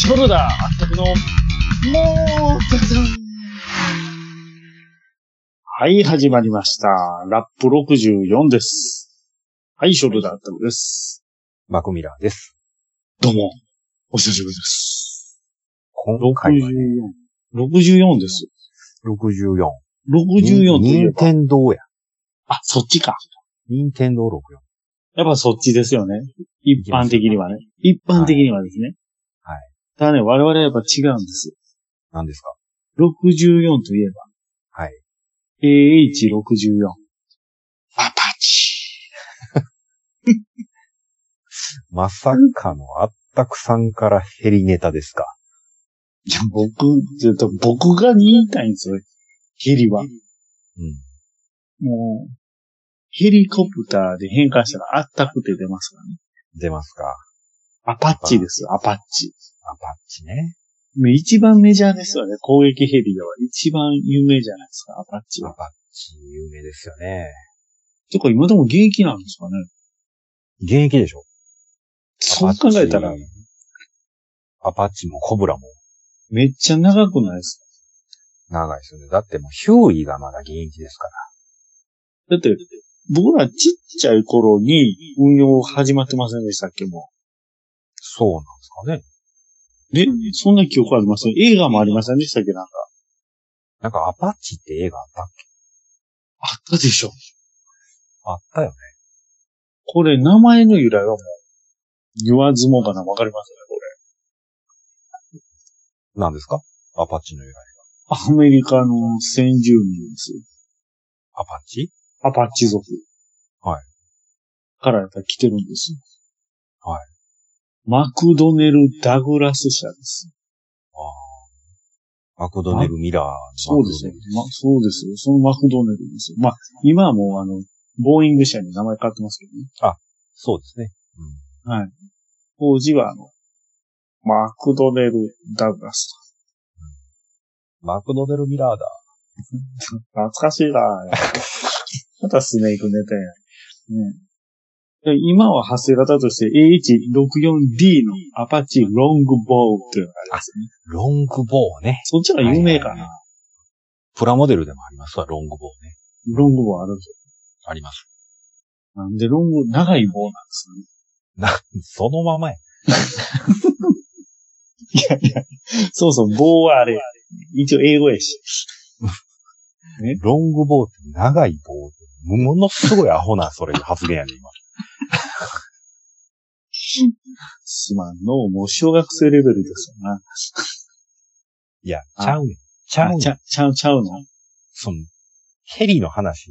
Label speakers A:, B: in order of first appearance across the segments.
A: ショルダー圧迫の、もう、たくさん。
B: はい、始まりました。ラップ64です。はい、ショルダーアッタムです。
C: マクミラーです。
B: どうも、お久しぶりです。
C: 今回はね、
B: 64。64です。
C: 64。
B: 64といえ
C: 任
B: ば。
C: 天堂や。
B: あ、そっちか。
C: 任天堂64。
B: やっぱそっちですよね。一般的にはね。一般的にはですね。
C: はい。
B: ただね、我々はやっぱ違うんです。
C: 何ですか
B: 64といえば。
C: はい。
B: AH64。アパチ。
C: まさかのあったくさんからヘリネタですか
B: いや、僕、ちょっと僕が言いたいんですよ。ヘリは。
C: うん。
B: もう、ヘリコプターで変換したらあったくて出ますからね。
C: 出ますか
B: アパッチですよ、アパッチ。
C: アパッチね。
B: もう一番メジャーですよね、攻撃ヘリでは。一番有名じゃないですか、アパッチ
C: ア
B: は。
C: パッチ有名ですよね。
B: てか今でも現役なんですかね。
C: 現役でしょ
B: そう考えたら
C: アパッ、チアパッチもコブラも
B: めっちゃ長くないです
C: 長いですよね。だってもうヒューイがまだ現役ですから。
B: かだって、僕らちっちゃい頃に運用始まってませんでしたっけ、も
C: そうなんですかね。
B: う。で、そんな記憶ありません。映画もありませんでしたっけ、なんか。
C: なんかアパッチって映画あったっけ
B: あったでしょ。
C: あったよね。
B: これ、名前の由来はもう、言わずもがな、わかりますね、これ。
C: 何ですかアパッチの由来。
B: アメリカの先住民ですよ。
C: アパッチ
B: アパッチ族。
C: はい。
B: からやっぱ来てるんですよ。
C: はい。
B: マクドネル・ダグラス社です。
C: ああ。マクドネル・ミラーの
B: そうですね。ま、そうですよ。そのマクドネルですよ。まあ、今はもうあの、ボーイング社に名前変わってますけどね。
C: そうですね。うん。
B: はい。当時はあの、マクドネル・ダグラス
C: マクドネル・ミラーだ。
B: と。懐かしいな ぁまたスネークネタや。ねで今は発生型として AH64D のアパッチロングボーっていうのがありますね。
C: ロングボーね。
B: そっちが有名か
C: はいはいはい
B: な。
C: プラモデルでもありますわ、ロングボーね。
B: ロングボーあるでし
C: あります。
B: ょ。なんでロング、長い棒なんです
C: な、そのままや。
B: ね。いやいや、そうそう、棒はあれや一応英語やし。
C: ロングボーって長い棒って、ものすごいアホな、それ発言やね、今。
B: すまんのう、もう小学生レベルですよな。
C: いや、
B: あ
C: ちゃうねん。ちゃう
B: あ
C: ね
B: ち
C: ん。
B: ゃ、ちゃう、ちゃうの
C: その、ヘリの話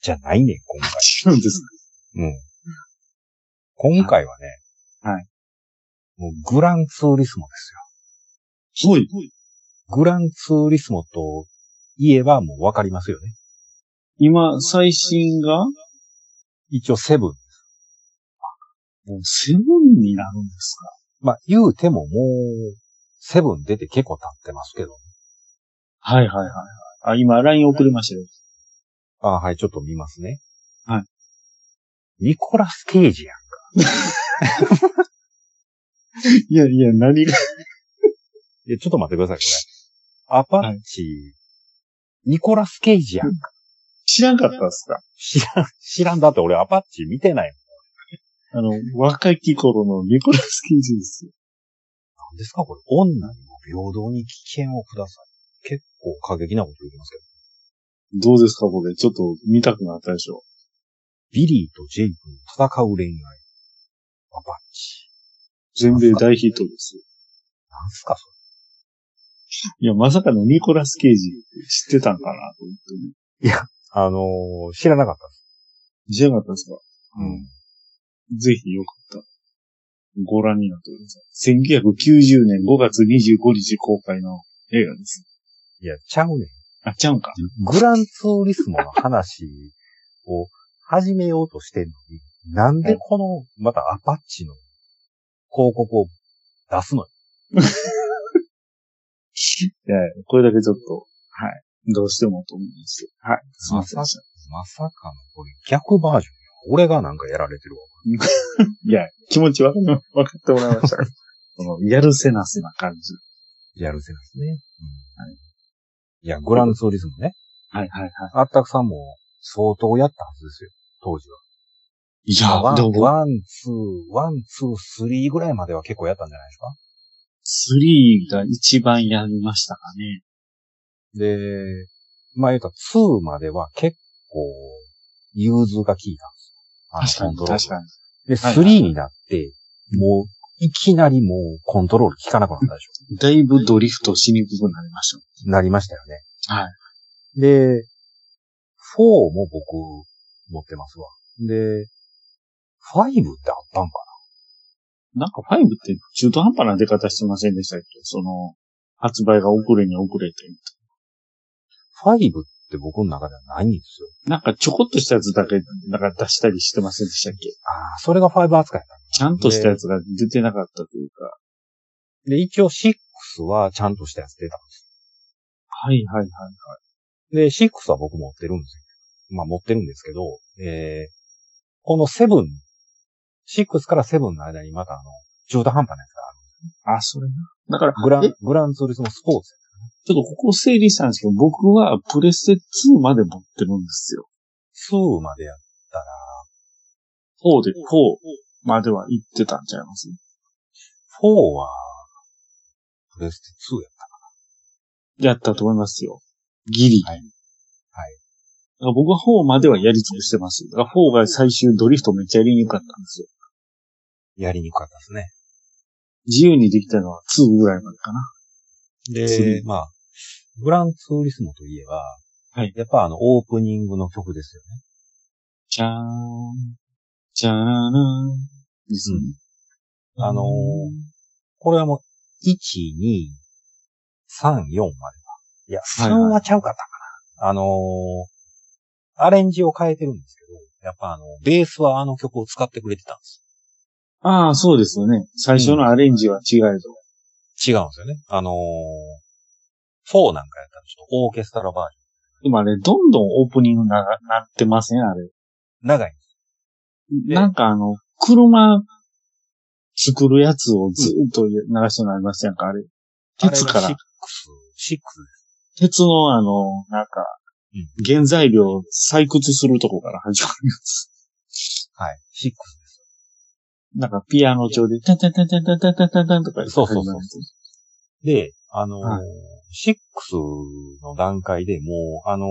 C: じゃないねん、今回。
B: 違うんです。
C: うん。今回はね。
B: はい。
C: もうグランツーリスモですよ。
B: ほい。
C: グランツーリスモと言えばもうわかりますよね。
B: 今、最新が、も
C: 一応セブン。
B: うセブンになるんです
C: まあ言うてももう、セブン出て結構経ってますけど。
B: かはいはいはいはい。あ、今、LINE 送りましたよ。
C: あはい、ちょっと見ますね。
B: はい。
C: ニコラス・ケイジやん。
B: いやいや、何が。
C: いや、ちょっと待ってください、これ。アパッチ、ニコラス・ケイジやん。
B: 知らんかったですか
C: 知らん、 知らんだって俺アパッチ見てない
B: あ
C: もん。
B: の、若き頃のニコラス・ケイジですよ。
C: 何ですかこれ。女にも平等に危険をください。結構過激なこと言ってますけど。
B: どうですかこれ、ちょっと見たくなったでしょ。
C: ビリーとジェイクの戦う恋愛。アパッチ。
B: 全米大ヒットですよ。
C: なんすかそ
B: い
C: れ。
B: や、まさかのニコラス・ケイジ知ってたんかなと思ってね。
C: あのー、知らなかったです。
B: 知らなかったですか
C: うん。
B: ぜひよかったらご覧になってください。1990年5月25日公開の映画です。
C: いや、ちゃうねん。
B: あ、ちゃうんか。
C: グランツーリスモの話を始めようとしてんのに、なんでこの、またアパッチの広告を出すのよ。
B: いやいやこれだけちょっと、はい。どうしてもと思うんですよはい。すいませんでした。
C: まさかの、これ逆バージョンや。俺がなんかやられてるわ。
B: いや、気持ちわかりまわかってもらいました。 このやるせなせな感じ。
C: やるせですね。うん。いや、グランツーリスモね。
B: はいはいはい。
C: あったくさんも相当やったはずですよ。当時は。
B: いや
C: ワ、ン、
B: でも、
C: ワン、ツー、ワン、ツー、スリーぐらいまでは結構やったんじゃないですか
B: 3が一番やりましたかね。
C: で、まあ言うたら2までは結構、融通が効いたんですよ。
B: 確かに、
C: あのコントロール
B: 確かに。
C: で、
B: はいはい
C: 3になって、もう、いきなりもうコントロール効かなくなったでし
B: だいぶドリフトしにくくなりまし
C: ょ。なりましたよね。
B: た。はい。
C: で、4も僕、持ってますわ。で、5ってあったんか
B: なんか5って中途半端な出方してませんでしたっけその、発売が遅れに遅れて。
C: な ?5 って僕の中ではないんですよ。
B: なんかちょこっとしたやつだけ、なんか出したりしてませんでしたっけ
C: ああ、それが5扱いだ。
B: ちゃんとしたやつが出てなかったというか。
C: で、一応6はちゃんとしたやつ出たんです
B: はいはいはい。
C: で、6は僕持ってるんですよ。まあ持ってるんですけど、えー、この7、6から7の間にまたあの、中途半端なやつがあ
B: あ、それな。だから、
C: る。グラ
B: え
C: ン、グランツーリスモスポーツ。
B: ちょっとここ整理したんですけど、僕はプレステ2まで持ってるんですよ。
C: 2までやったら、
B: 4で、4までは行ってたんちゃいます
C: 4は、プレステ2やっ
B: やったと思いますよ。ギリ。
C: はいはい
B: だから僕は4まではやりつくしてます。だから4が最終ドリフトめっちゃやりにくかったんですよ。
C: た。やりにくかったですね。
B: 自由にできたのは2ぐらいまでかな。
C: で、まあ、グランツーリスモといえば、
B: はい
C: やっぱあの、オープニングの曲ですよね。
B: じゃーん。じゃーらーん。ですね。
C: あのーこれはもう、1、2、3、4までか。いや、
B: はいはい
C: 3はちゃうかったかな。あのーアレンジを変えてるんですけど、やっぱあの、ベースはあの曲を使ってくれてたんです
B: ああ、そうですよね。最初のアレンジは違えど。
C: よ。違うんですよね。あのー、4なんかやったらちょっとオーケストラバージ
B: でもあれ、どんどんオープニングな、なってませんあれ。
C: ョン。長いんです。
B: なんかあの、車作るやつをずっと流してるのありませんかあれ。鉄か
C: あれ
B: ら
C: が。6、6
B: 鉄のあの、なんか
C: うん、
B: 原材料を採掘するとこから始まるや つ。
C: はい。シックスです。
B: なんかピアノ調で、タンタンタンタンタンタンタンタンタンとか
C: そうそうそう
B: 始まるやつ
C: で、あのー
B: はい
C: シックスの段階でもう、あの、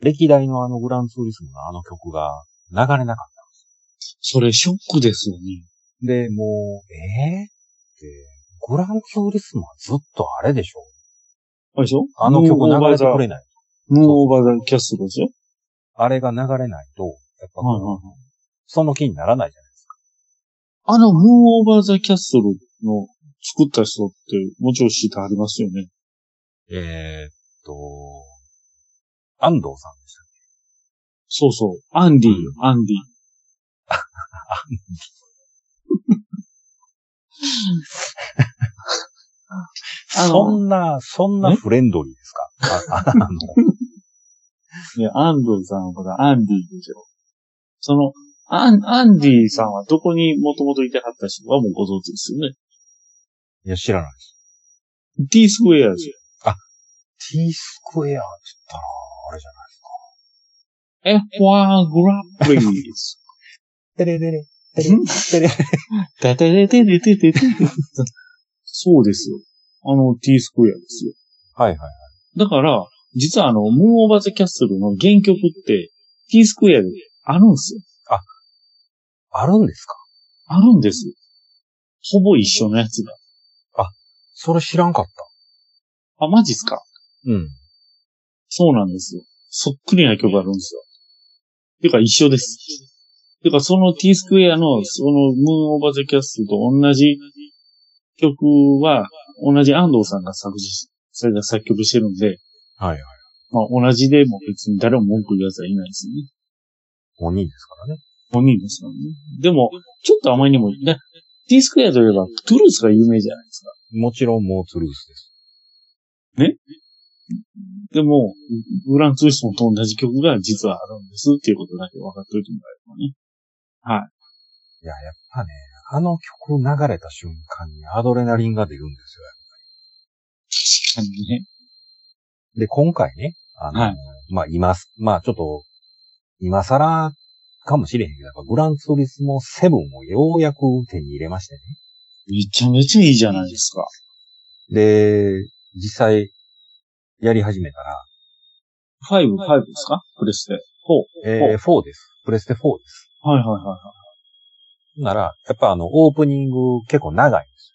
C: 歴代のあのグランツーリスモのあの曲が流れなかっ
B: それショックですよね。
C: た。で、もう、えー、って、グランツーリスモはずっとあれでしょ
B: あれでしょ
C: あの曲
B: ムーオー
C: 流
B: バー
C: れて
B: ザ
C: くれない。
B: ムーンオーバーザキャストでしょ
C: あれが流れないと、やっぱ、
B: はいはいはい。
C: その気にならないじゃないですか。
B: あの、ムーンオーバーザキャッスルの作った人って、もちろん知ってありますよね。
C: えー、っと、安藤さんでした。
B: そうそう。アンディ、
C: うん
B: アンディ。 あの
C: そんな、そんなんフレンドリーですかああ の、
B: いや、アンドゥさんはだアンディでしょ。その、アン、アンディさんはどこにもともといてはった人はもうご存知ですよね。
C: いや、知らない。
B: T スクエアですよ。
C: T スクエアって言ったら、あれじゃないで
B: え、
C: すか。
B: フォアグラップリー ズ。
C: テレレレ。テ
B: レ
C: テレ。
B: だてれてれてれてれ。そうですよ。あの T スクエアですよ。
C: はいはい。
B: だから、実はあの、ムーンオーバーザキャッスルの原曲って、T スクエアであるんですよ。
C: あるんですか
B: あるんですよ。ほぼ一緒のやつが。
C: それ知らんかった。
B: あ、マジっすか
C: うん。
B: そうなんですよ。そっくりな曲あるんですよ。てか一緒です。てかその T スクエアの、そのムーンオーバーザキャッスルと同じ曲は、同じ安藤さんが作詞、それが作曲してるんで、
C: はいはい。
B: まあ同じでも別に誰も文句言う奴はいないですよね。
C: 5人ですからね。
B: 本人ですよね。でも、ちょっとあまりにも、ね、T スクエアといえば、トゥルースが有名じゃないですか。
C: もちろんもうトゥルースです。
B: でも、グランツーリスモと同じ曲が実はあるんですっていうことだけ分かっておいてもらえればね。
C: いや、やっぱね、あの曲流れた瞬間にアドレナリンが出るんですよ。
B: 確かにね。
C: で、今回ね、あの、
B: はい
C: まあ、今す、まあ、ちょっと、今更かもしれへんけど、やっぱグランツーリスモ7をようやく手に入れましてね。
B: めちゃめちゃいいじゃないですか。
C: で、実際、やり始めたら、
B: 5、5ですかプレステ。4。
C: えー、4です。プレステ4です。
B: 4。はいはいはいはい。
C: なら、やっぱあの、オープニング結構長いんです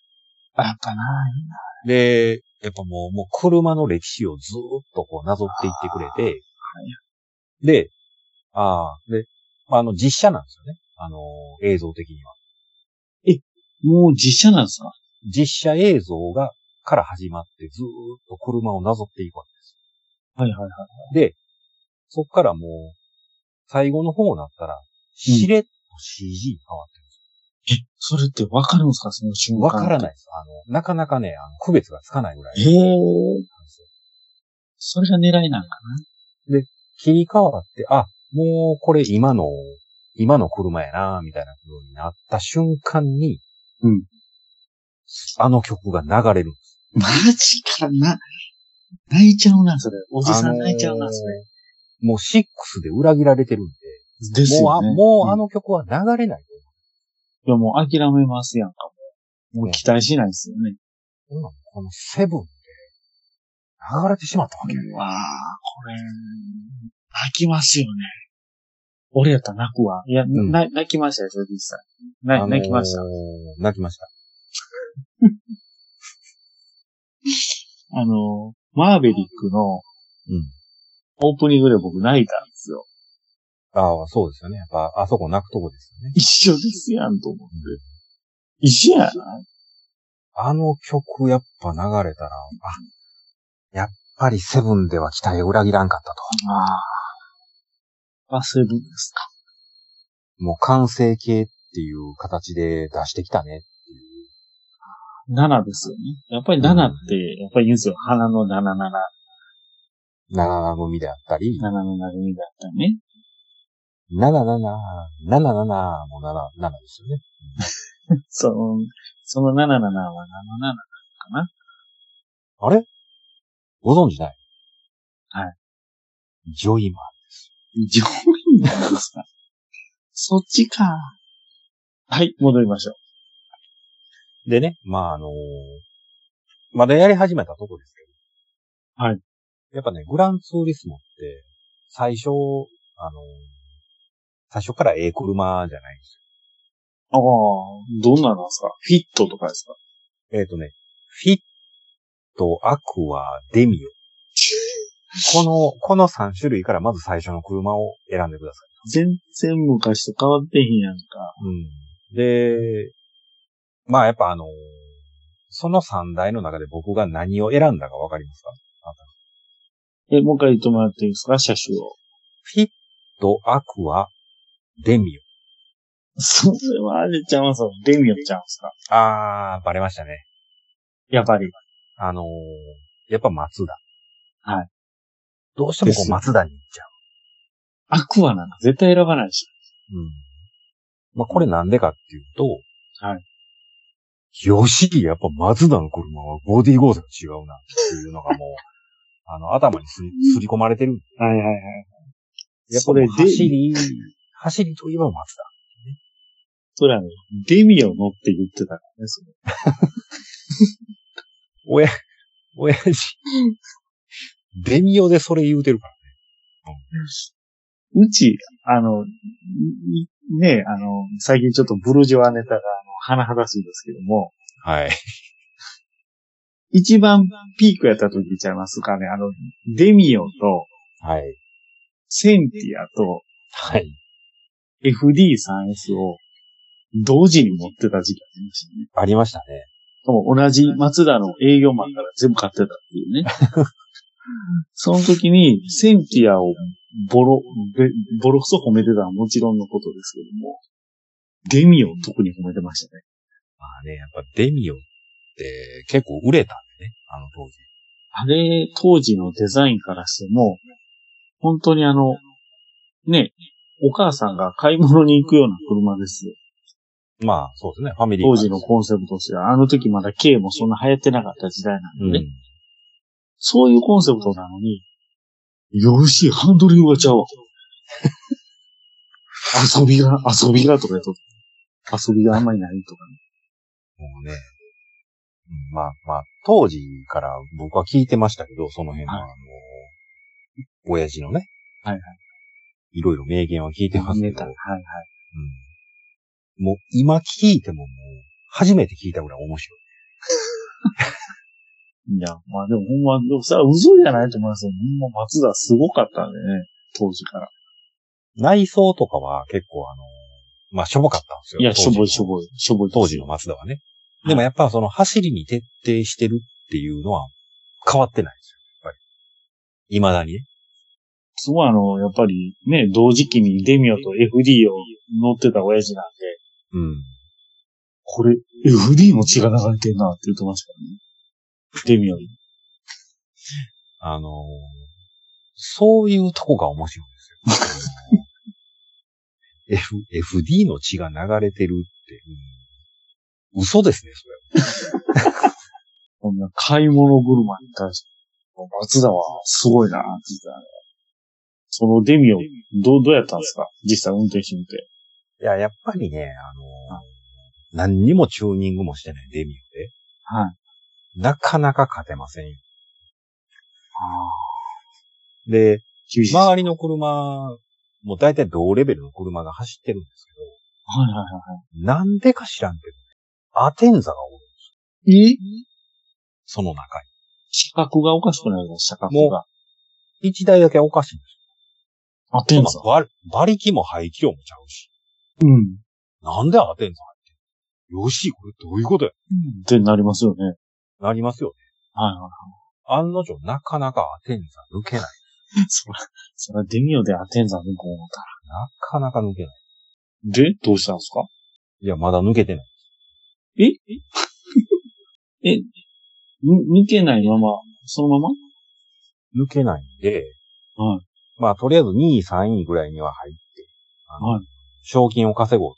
B: あ、やっぱな、いいな。
C: よ。で、やっぱもう、もう車の歴史をずーっとこう、なぞっていってくれて、で、ああ、で、まあ、あの、実写なんですよね。あの、映像的には。
B: もう実写なんですか
C: 実写映像が、から始まってずーっと車をなぞっていくわけです。
B: はいはいはい。
C: で、そっからもう、最後の方になったら、しれっと CG に変わってるんです
B: え、それってわかるんですかその瞬
C: よ。
B: 間。。
C: わからないいです。あの、なかなかね、あの区別がつかないぐらい
B: へえ。
C: なんですよ。
B: それが狙いなんかな
C: 切り替わって、あ、もうこれ今の、今の車やな、みたいな風になった瞬間に、
B: うん
C: あの曲が流れるんです。
B: マジかな。泣いちゃうな、それ。おじさ
C: あ
B: ん
C: のー
B: 泣いちゃうな、それ。
C: もう6で裏切られてるんで、
B: です
C: もうあ、
B: よね。
C: もうあ
B: の、
C: の曲は流れない。
B: いやもう諦めますやんかも。もう期待しないですよね。
C: うんこのセブンで流れてしまったわけ。
B: うわあ、これ、泣きますよね。俺やったら泣くわ。いや、
C: ん
B: な泣きましたよ、正直さ。な
C: あのー
B: 泣きました。。
C: 泣きました。
B: あの、マーベリックの
C: うん。
B: オープニングで僕泣いたんですよ。
C: ああ、そうですよね。やっぱ、あそこ泣くとこですよね。
B: 一緒ですやんと思って。一緒やな。
C: あの曲やっぱ流れたら、あ、やっぱりセブンでは期待を裏切らんかったと。
B: ああ。忘れるんですか。
C: もう完成形っていう形で出してきたね。
B: 7ですよね。やっぱり7って、やっぱり言うんですよ。花の77、7
C: 77組であったり、
B: のなみだったりね。
C: 77、77も77ですよね。
B: その、その77は77かな。
C: あれご存知ない
B: はい。
C: ジョイマン。
B: 上位なんですか。 そっちか。はい、戻りましょう。
C: でね、まああのーまだやり始めたとこですけど。
B: はい。
C: やっぱね、グランツーリスモって、最初、あのー最初からええ車じゃないんです
B: ああ、どんなのですかフィットとかですか
C: よ。えっ、とね、フィット、アクア、デミオ。この、この3種類からまず最初の車を選んでくださ
B: 全然昔と変わってへんやんか。
C: い。うん。で、まあやっぱあのーその3台の中で僕が何を選んだかわかりますか
B: え、もう一回言ってもらっていいですか車種を。
C: フィット、アクア、デミオ。
B: それはあれちゃうんすかデミオちゃうんすか
C: あー、バレましたね。
B: やっぱり。
C: あのー、やっぱ松田。
B: はい。
C: どうしても
B: で
C: こ
B: す
C: う松田に行っちゃ
B: アクアなんか絶対選ばないでし
C: う。うん。まあ、これなんでかっていうと、
B: はい。
C: よし、やっぱ松田の車はボディーゴーザが違うなっていうのが もう、あの、頭にすりすり込まれてる。
B: ょ。はいはいはい。
C: やっぱ
B: それ
C: もう
B: で
C: 走り、走りといえば松田。
B: それはね、デミオ乗って言ってたからね、それ。
C: 親、親父、 デミオでそれ言うてるから。
B: うち、あの、いね、あの、最近ちょっとブルジョワネタが、あの、甚だしいですけども、
C: はい。
B: 一番ピークやった時ちゃいますかね、あの、デミオと、
C: はい。
B: センティアと
C: はい。
B: FD3S を同時に持ってた時期ありましたね。
C: ありましたね。
B: しかも同じ松田の営業マンから全部買ってたっていうね。その時に、センティアをボロ、べボロクソ褒めてたのはもちろんのことですけども、デミオを特に褒めてましたね。
C: まあね、やっぱデミオって結構売れたんでね、あの当時。
B: あれ、当時のデザインからしても、本当にあの、ね、お母さんが買い物に行くような車ですよ。
C: まあ、そうですね。ファミリーカ
B: 当
C: ーで
B: 時
C: す
B: のコンセプトとしては、あの時まだ K もそんな流行ってなかった時代なんで
C: う
B: ね。
C: ん。
B: そういうコンセプトなのに、よし、ハンドリングがちゃう わ。遊びが、遊びがとか言うと、遊びがあんまりないとかね。
C: もうね。うんまあまあ、当時から僕は聞いてましたけど、その辺は、
B: はい
C: あの、親父のね。
B: はいはい。
C: いろいろ名言は聞いてますけ
B: ネ
C: ど、
B: タ
C: う
B: はい
C: ん
B: はい。
C: もう今聞いてももう、初めて聞いたぐらい面白い。
B: いや、まあでもほんま、でもさ、嘘じゃないと思いますよ。ほんま松田すごかったんでね、当時から。
C: 内装とかは結構あの、まあ、しょぼかったんですよ。
B: いや、しょぼい
C: 当時
B: し
C: の
B: ょぼい、しょぼい。
C: 当時の松田はね。でもやっぱその走りに徹底してるっていうのは変わってないんですよ。やっぱり。未だにね。
B: すごいあの、やっぱりね、同時期にデミオと FD を乗ってた親父なんで、
C: うん。
B: これ、FD の血が流れてんなって言ってましたよね。デミオに。
C: あのーそういうとこが面白いんですよ。あのー F、FD の血が流れてるって、うん嘘ですね、それ。
B: こんな買い物車に対して、松田はすごいなって言ってたね。そのデミオ、どう、どうやったんですか実際運転してみて。
C: いや、やっぱりね、あのー何にもチューニングもしてないデミオで、
B: はい。
C: なかなか勝てませんよ。
B: ああ、
C: で、
B: 厳しい。はい
C: 周りの車、もう大体同レベルの車が走ってるんです
B: はいはい。
C: けど、なんでか知らんけど、アテンザが多い。
B: え
C: その中
B: 資格がおかしくなるの、資格
C: も
B: が。
C: に。一台だけおかしいんです
B: アテ
C: よ。
B: ン
C: ま
B: ザ。
C: あ馬馬力も排気量もちゃうし。
B: うん。
C: なんでアテンザ入ってんのよし、これどういうことや
B: ってなりますよね。
C: なりますよね。
B: はいは
C: 案の定、なかなかアテンザ抜けない。
B: い。 そら、そらデミオでアテンザ抜こう思った
C: なかなか抜けない。
B: ら。で、どうしたんですか
C: いや、まだ抜けてない。
B: ええ、ぬ抜けないまま、そのまま
C: 抜けないんで、
B: はい。
C: まあ、とりあえず2位、3位ぐらいには入って、あの
B: はい
C: 賞金を稼ごう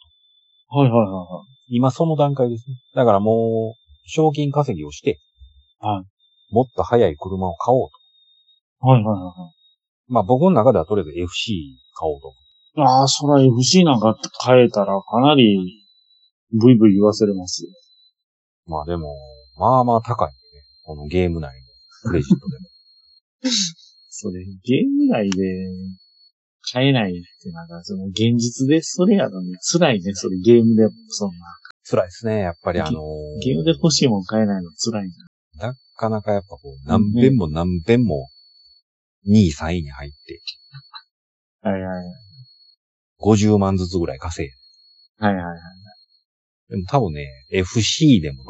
C: と。
B: はいはいはいは
C: 今その段階ですね。だからもう、賞金稼ぎをして、
B: は
C: もっと速い車を買おうと。
B: い。はいはいはいは
C: まあ、僕の中ではとりあえず FC 買おうと。
B: い。ああ、そら FC なんか変えたらかなり、ブイブイ言わせれますよ。
C: まあでも、まあまあ高いんでね。このゲーム内のクレジット でも。
B: それ、ゲーム内で、変えないってなんか、その現実でそれやのに辛いね、それゲームで、そんな。
C: 辛いですね。やっぱりあの
B: ゲームで欲しいもん買えないの辛いな。
C: なかなかやっぱこう、何遍も何遍も、2位、3位に入って、
B: はいはい
C: 50万ずつぐらい稼い
B: はい。はいはいはい。
C: で。でも多分ね、FC でも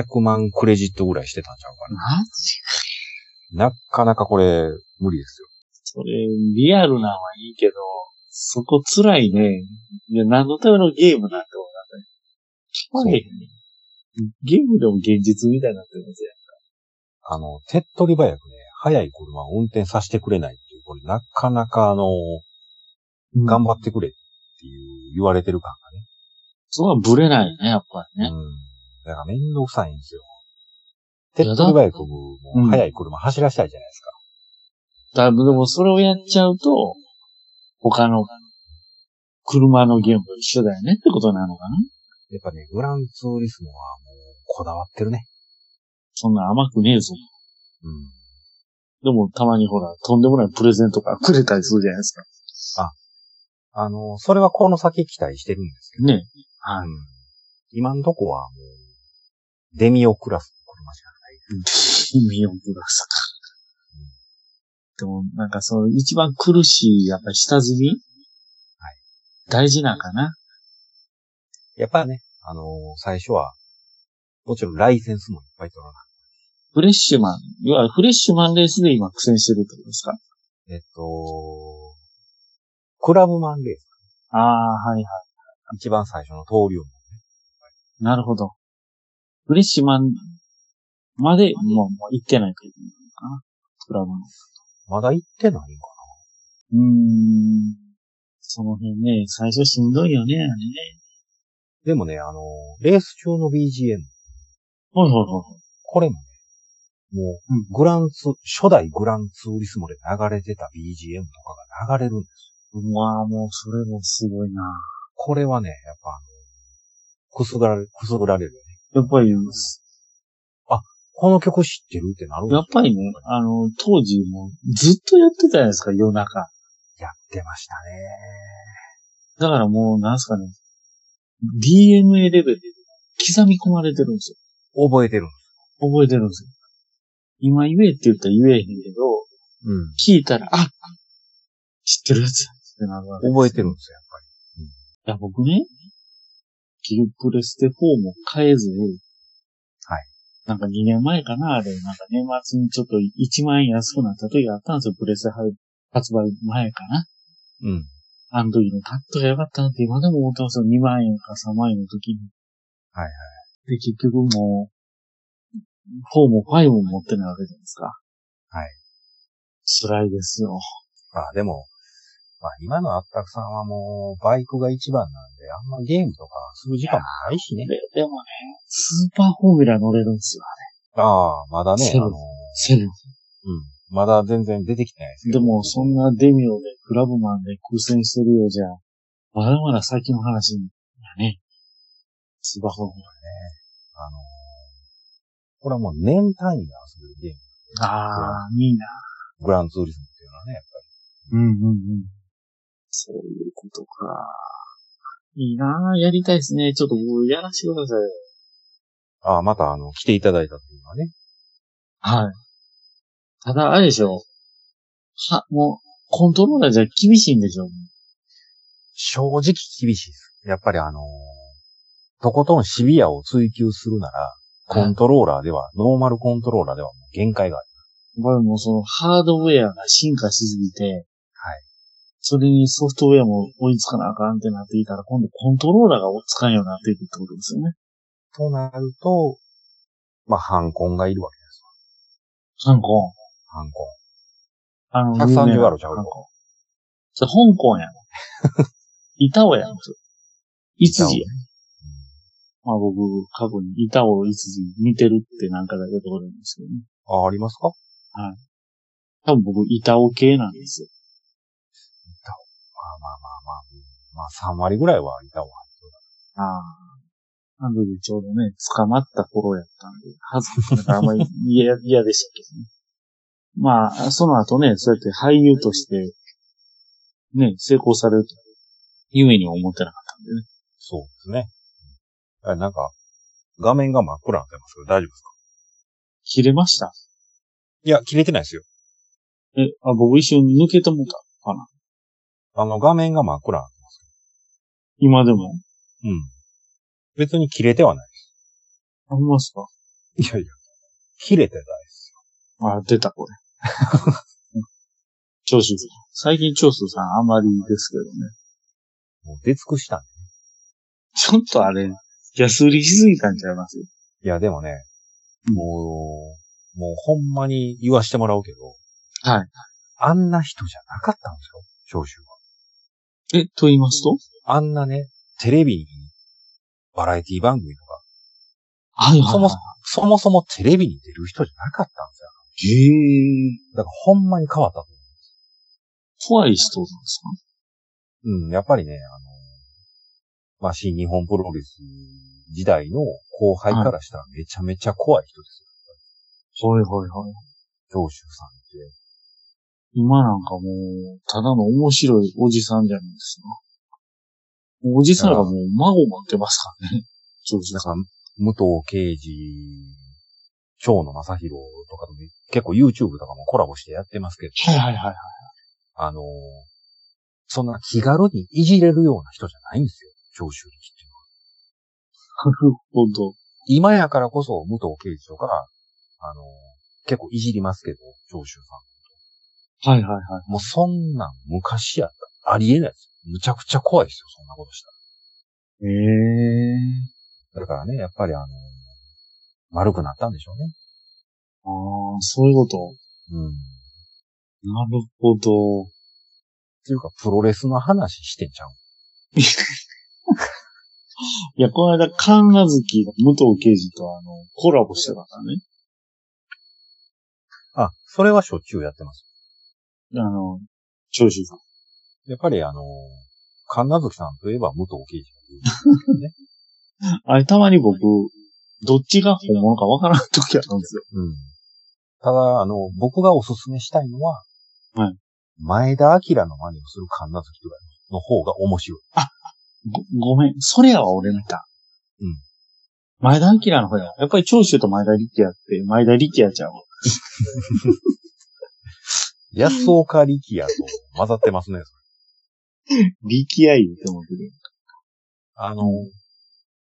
C: 600万クレジットぐらいしてたんちゃうかな。
B: マジ
C: なかなかこれ、無理ですよ。
B: それ、リアルなんはいいけど、そこ辛いね。いや、何のためのゲームなんて思うなね。ゲームでも現実みたいになってますよ。
C: あの、手っ取り早くね、速い車を運転させてくれないっていう、これなかなかあの、頑張
B: っ
C: ってくれっていう言われてる感がね。
B: そこはブレないよね、やっぱりね。
C: うん。だからめんどくさいんですよ。手っ取り早く、もう速い車走らせたいじゃないですか。
B: だでもそれをやっちゃうと、他の車のゲームと一緒だよねってことなのかな
C: やっぱね、グランツーリスモはもうこだわってるね。
B: そんな甘くねえぞ。
C: うん。
B: でもたまにほら、とんでもないプレゼントがくれたりするじゃないですか。
C: あの、それはこの先期待してるんですけど。
B: ね。はい。
C: うん。今んとこはもう、デミオクラスの車しかない。
B: 意味をぶらさか。でも、なんかその一番苦しい、やっぱり下積み
C: はい。
B: 大事なんかな
C: やっぱね、あの最初は、もちろんライセンスもいっぱい取らな
B: フレッシュマン、要はフレッシュマンレースで今苦戦してるってことですか
C: い。えっと、クラブマンレース。
B: ああ、はいはい。
C: 一番最初の登竜門。
B: なるほど。フレッシュマンまで、もう、もう行ってないというのかな。クラブの。
C: まだ行ってないのか
B: うーん。その辺ね、最初しんどいよね、あれね。
C: でもね、あの、レース中の BGM、
B: はいはいは
C: これもね、もう
B: うん、
C: グランツ、初代グランツーリスモで流れてた BGM とかが流れるんですよ。
B: い。うわぁ、もうそれもすごいな
C: これはね、やっぱあの、くすぐられ、くすぐられるよ
B: や
C: ね。
B: っぱり、
C: この曲知ってるってなるんです
B: や
C: よ
B: っぱりね、あの、当時もずっとやってたじゃないですか、夜中。
C: やってましたね。
B: だからもう、なんすかね、DNA レベルで刻み込まれてるんですよ。
C: 覚えてるんです。
B: 覚えてるんですよ。今言えって言ったら言えへんけど、
C: うん。
B: 聞いたら、あ知ってるやつやってなるわけです
C: 覚えてるんですよ、や
B: いや、
C: っぱり。
B: 僕ね、キルプレステ4も変えず、
C: はい。
B: なんか2年前かな、あれ、なんか年末にちょっと1万円安くなった時があったんですよ、プレステ発売前かな。
C: うん。
B: あの時に買っときゃよかったなって今でも思ってますよ、2万円か3万円の時に。
C: はいはい。
B: で、結局もう、4も5も持ってないわけじゃないですか。
C: はい。
B: 辛いですよ。
C: まあでも、まあ今のあったくさんはもうバイクが一番なんで、あんまゲームとかする時間もないしね
B: で。でもね、スーパーフォーミュラ乗れるんですよ。
C: ああ、まだね、
B: セ
C: あ
B: ブン
C: の、うん。
B: セブン
C: まだ全然出てきてないですけ
B: で
C: ど。
B: も、そんなデミオで、クラブマンで苦戦してるようじゃ、まだまだ先の話だね。スーパーフォーミュ
C: あの、これはもう年単位で遊べるゲーム。
B: ラ。ああ、いいな。
C: グランツーリスモっていうのはね、やっぱり。
B: うんうんうん。そういうことか。いいなやりたいですね。ちょっと僕、やらせてください。
C: ああ、またあの、来ていただいたっていうのはね。
B: はい。ただ、あれでしょ。は、もう、コントローラーじゃ厳しいんでしょ。
C: 正直厳しいです。やっぱりあの、とことんシビアを追求するなら、コントローラーでは、ノーマルコントローラーではもう限界がある。
B: やっぱりもうそのハードウェアが進化しすぎて、
C: はい。
B: それにソフトウェアも追いつかなあかんってなっていたら、今度コントローラーが追いつかんようになっていくってことですよね。
C: となると、まあ、ハンコンがいるわけですよ。
B: 香港。
C: ハンコン。
B: あの、
C: 130
B: 有名な
C: あるちゃう
B: 香
C: の
B: 港。それ香港 やろ。板尾やろ。それいつじや。まあ僕、過去に板尾いつじ見てるってなんかだけどことあるんですけどね。
C: うんあ、ありますか
B: 多分僕、板尾系なんですよ。
C: まあまあまあまあうん、まあ3割ぐらいはいたわ。
B: ああ。なのでちょうどね、捕まった頃やったんで、はず、なんかあんまり嫌、嫌でしたけどね。 まあ、その後ね、そうやって俳優として、ね、成功されると、夢には思ってなかったんでね。
C: そうですね。うんあなんか、画面が真っ暗になってますけど、大丈夫ですか
B: 切れました。
C: いや、切れてないですよ。
B: え、あ、僕一瞬抜けてもうたかな。
C: あの、画面が真っ暗になってます。
B: 今でも。
C: うん。別に切れてはない。
B: ありますか
C: いやいや、切れてないです
B: あ、出た、これ。 長州さん。最近長州さんあんまりですけどね。
C: よ。もう出尽くしたんで。
B: ちょっとあれ、安売りしすぎたんちゃいます
C: いや、でもね、もう、もうほんまに言わしてもらうけど、
B: はい。
C: あんな人じゃなかったんですよ、長州は。
B: え、と言いますと
C: あんなね、テレビに、バラエティ番組とか、
B: はい
C: そもそもそもそもテレビに出る人じゃなかったんですよ。
B: へえ。
C: だからほんまに変わったと
B: 怖い人なんですか
C: 思う。うん、やっぱりね、あの、まあ、新日本プロレス時代の後輩からしたらめちゃめちゃ怖い人です
B: はいはいはい。
C: よ、長州さんって。
B: 今なんかもう、ただの面白いおじさんじゃないですか。おじさんがもう孫持ってますからね。長州
C: だ
B: さ
C: か
B: ん。
C: ら、武藤敬司、蝶野正宏とかとね、結構 YouTube とかもコラボしてやってますけど、
B: はいはいはいはい。
C: あの、そんな気軽にいじれるような人じゃないんですよ、長州力っていうのは。
B: なるほど。
C: 今やからこそ、武藤敬司とか、あの、結構いじりますけど、長州さ
B: はいはいはい。
C: ん。もうそんなん昔やったらありえないですよ。むちゃくちゃ怖いですよ、そんなことした
B: ええ
C: ら。だからね、やっぱりあの、丸くなったんでしょうね。
B: ああ、そういうこと。
C: うん。っ
B: なるほど。
C: ていうか、プロレスの話してんちゃう
B: いや、この間、カンナズキが武藤刑事とあの、コラボしてたからね。
C: あ、それはしょっちゅうやってます。
B: あの、長州さん。
C: やっぱりあの、神奈月さんといえば武藤刑事が言う。
B: あれ、たまに僕、どっちが本物かわからん時あるんですよ。
C: うん。ただ、あの、僕がおすすめしたいのは、
B: はい
C: 前田明の真似をする神奈月とかの方が面白い。
B: ご、ごめん。それやわ、俺見た。
C: うん。
B: 前田明の方や。やっぱり長州と前田力也って、前田力也ちゃうわ。
C: 安岡力也と混ざってますね。
B: 力也言うてもうけど。
C: あの、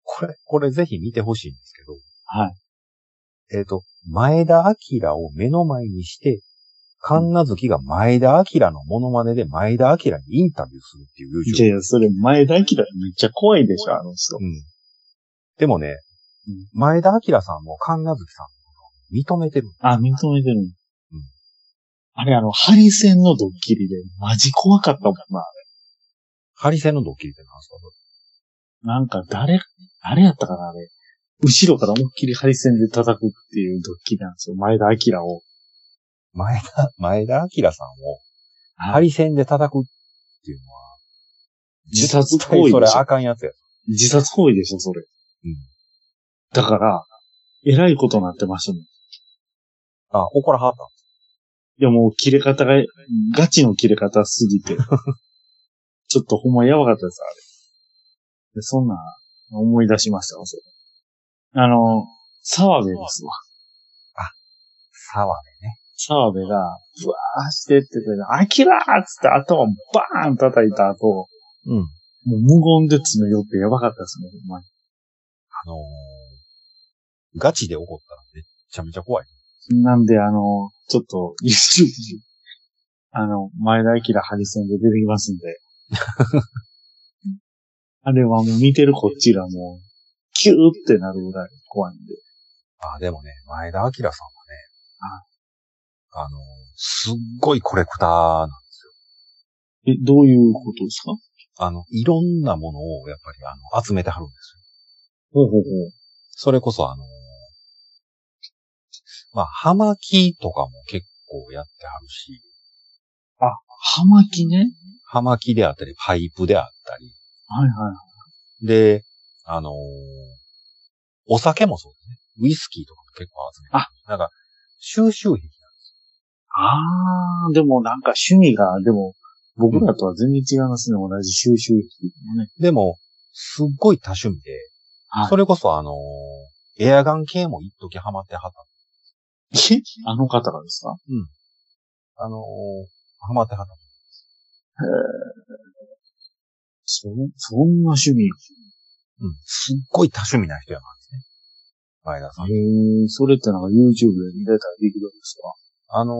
C: これ、これぜひ見てほしいんですけど、
B: はい。
C: えっ、と、前田明を目の前にして、神奈月が前田明のモノマネで前田明にインタビューするっていう YouTube
B: じゃあ、それ、前田明めっちゃ怖いでしょ、あの人。
C: うん。でもね、
B: うん
C: 前田明さんも神奈月さんも認めてる。
B: あ、認めてるの。
C: うん
B: あれ、あの、ハリセンのドッキリで、マジ怖かったもんな。
C: ハリセンのドッキリってなんですか
B: なんか誰、誰やったかな、あれ。後ろから思いっきりハリセンで叩くっていうドッキリなんですよ。前田明を。
C: 前田、前田明さんをハ
B: い。
C: リセンで叩くっていうのは、
B: 自殺
C: 絶対
B: 行為
C: それ
B: でしょ
C: あ。かんやつや。
B: 自殺行為でしょ、それ。
C: うん。
B: だから、えらいことになってましたもん。い
C: あ、怒らはった。
B: や、もう切れ方が、ガチの切れ方すぎ て。ちょっとほんまやばかったです、あれ。でそんな、思い出しましたわ、それ。あの、澤部ですわ。
C: 沢でね。
B: 澤部が、ふわーしてってくれて、アキラーっつって頭バーン叩いた後、
C: うん。
B: もう無言で詰め寄ってやばかったですね、ほんまに
C: あのーガチで怒ったらめっちゃめちゃ怖い。
B: なんで、あの、ちょっと、YouTube にあの、前田明ハリセンで出てき ますんで。あれはもう見てるこっちがもう、キューってなるぐらい怖いんで。
C: あ、でもね、前田明さんはね、
B: は
C: あのーすっごいコレクターなんですよ。
B: え、どういうことですか
C: あの、いろんなものをやっぱりあの集めてはるんですよ。
B: ほうほうほう。
C: それこそあのー、まあ、葉巻とかも結構やってはるし、
B: 葉巻ね。
C: 葉巻であったり、パイプであったり、
B: はいはい。
C: で、あのーお酒もそうですね。ウイスキーとかも結構集めてる
B: あ
C: なんか、収集癖
B: あー、でもなんか趣味が、でも、僕らとは全然違いますね。同じ収集癖もね。
C: でも、すっごい多趣味で、
B: はい
C: それこそあのーエアガン系も一時ハマってはっ
B: えあの方がですか
C: た。あのーハマってはった。
B: そ、そんな趣味。
C: うん。すっごい多趣味な人やなんですね。前田さん。
B: へえ、それってなんか YouTube で見れたりできるんです
C: あのー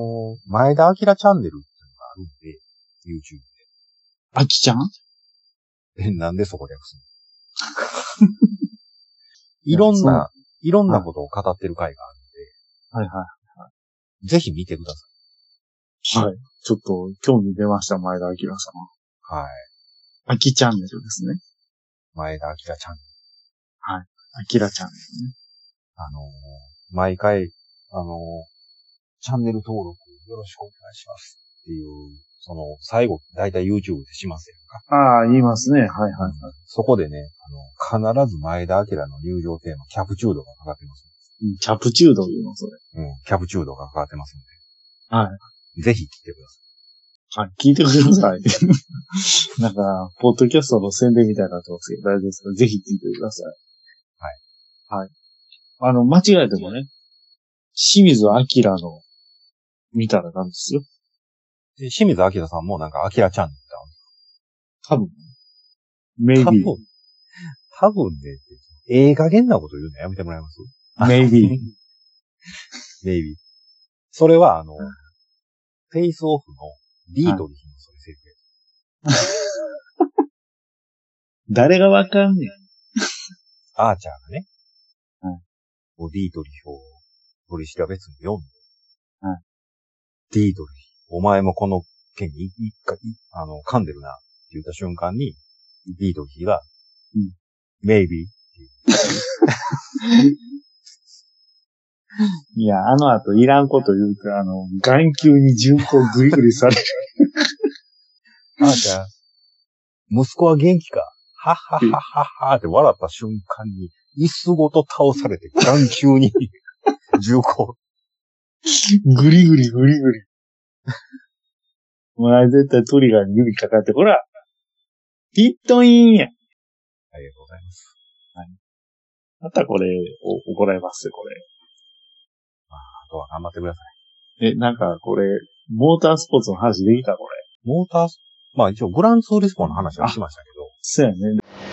C: 前田明チャンネルっていうのがあるんで、YouTube
B: かあきちゃん
C: え、なんでそこ略すのいろんな、いろんなことを語ってる回がある。
B: はいは
C: ぜひ見てくださ
B: い。はい。ちょっと興味出ました、前田明さん。
C: い。はい。
B: あきチャンネルですね。
C: 前田明ちゃん。
B: あきらチャンネルね。
C: あのー毎回、あのーチャンネル登録よろしくお願いしますっていう、その、最後、だいたい YouTube でしますやんか。
B: ああ、言いますね。はいはいはい。
C: そこでね、あの、必ず前田明の入場テーマ、キャプチュードがかかってます。
B: うんキャプチュード言うの、それ。
C: うん、キャプチュードがかかってますんで。。
B: はい
C: ぜひ来てください。
B: はい。聞いてください。 なんか、ポッドキャストの宣伝みたいになってますけど、大丈夫ですかぜひ聞いてください。はい。はい。あの、間違えてもね、清水明の、みたいな感じですよ。
C: で清水明さんもなんか、明ちゃんって言った
B: 多分。maybe,
C: 多分、多分ね、ええ加減なこと言うのやめてもらえます
B: maybe.
C: ?maybe. それは、あの、フェイスオフのビートルヒのそれ設定。
B: 誰がわかんねん。
C: アーチャーがね、
B: はい
C: こうディートリヒを取り調べずに読んで、
B: はい
C: ディートリヒ、お前もこの件に一回、いあの、噛んでるなって言った瞬間に、ディートリヒが、
B: うん
C: maybe
B: いや、あの後いらんこと言うと、あの、眼球に銃口グリグリさ れる。
C: あーちゃん、息子は元気かはっはっはっはっはって笑った瞬間に、椅子ごと倒されて、眼球に 銃口。
B: グリグリグリグリ。お前絶対トリガーに指かかって、ほらピットインや
C: ありがとうございます。
B: またこれ、お怒られますよ、こ
C: あとは頑張ってください。
B: れ。え、なんかこれ、モータースポーツの話できたこれ。
C: モータース、まあ一応グランツーリスポの話はしましたけど、
B: そうやね。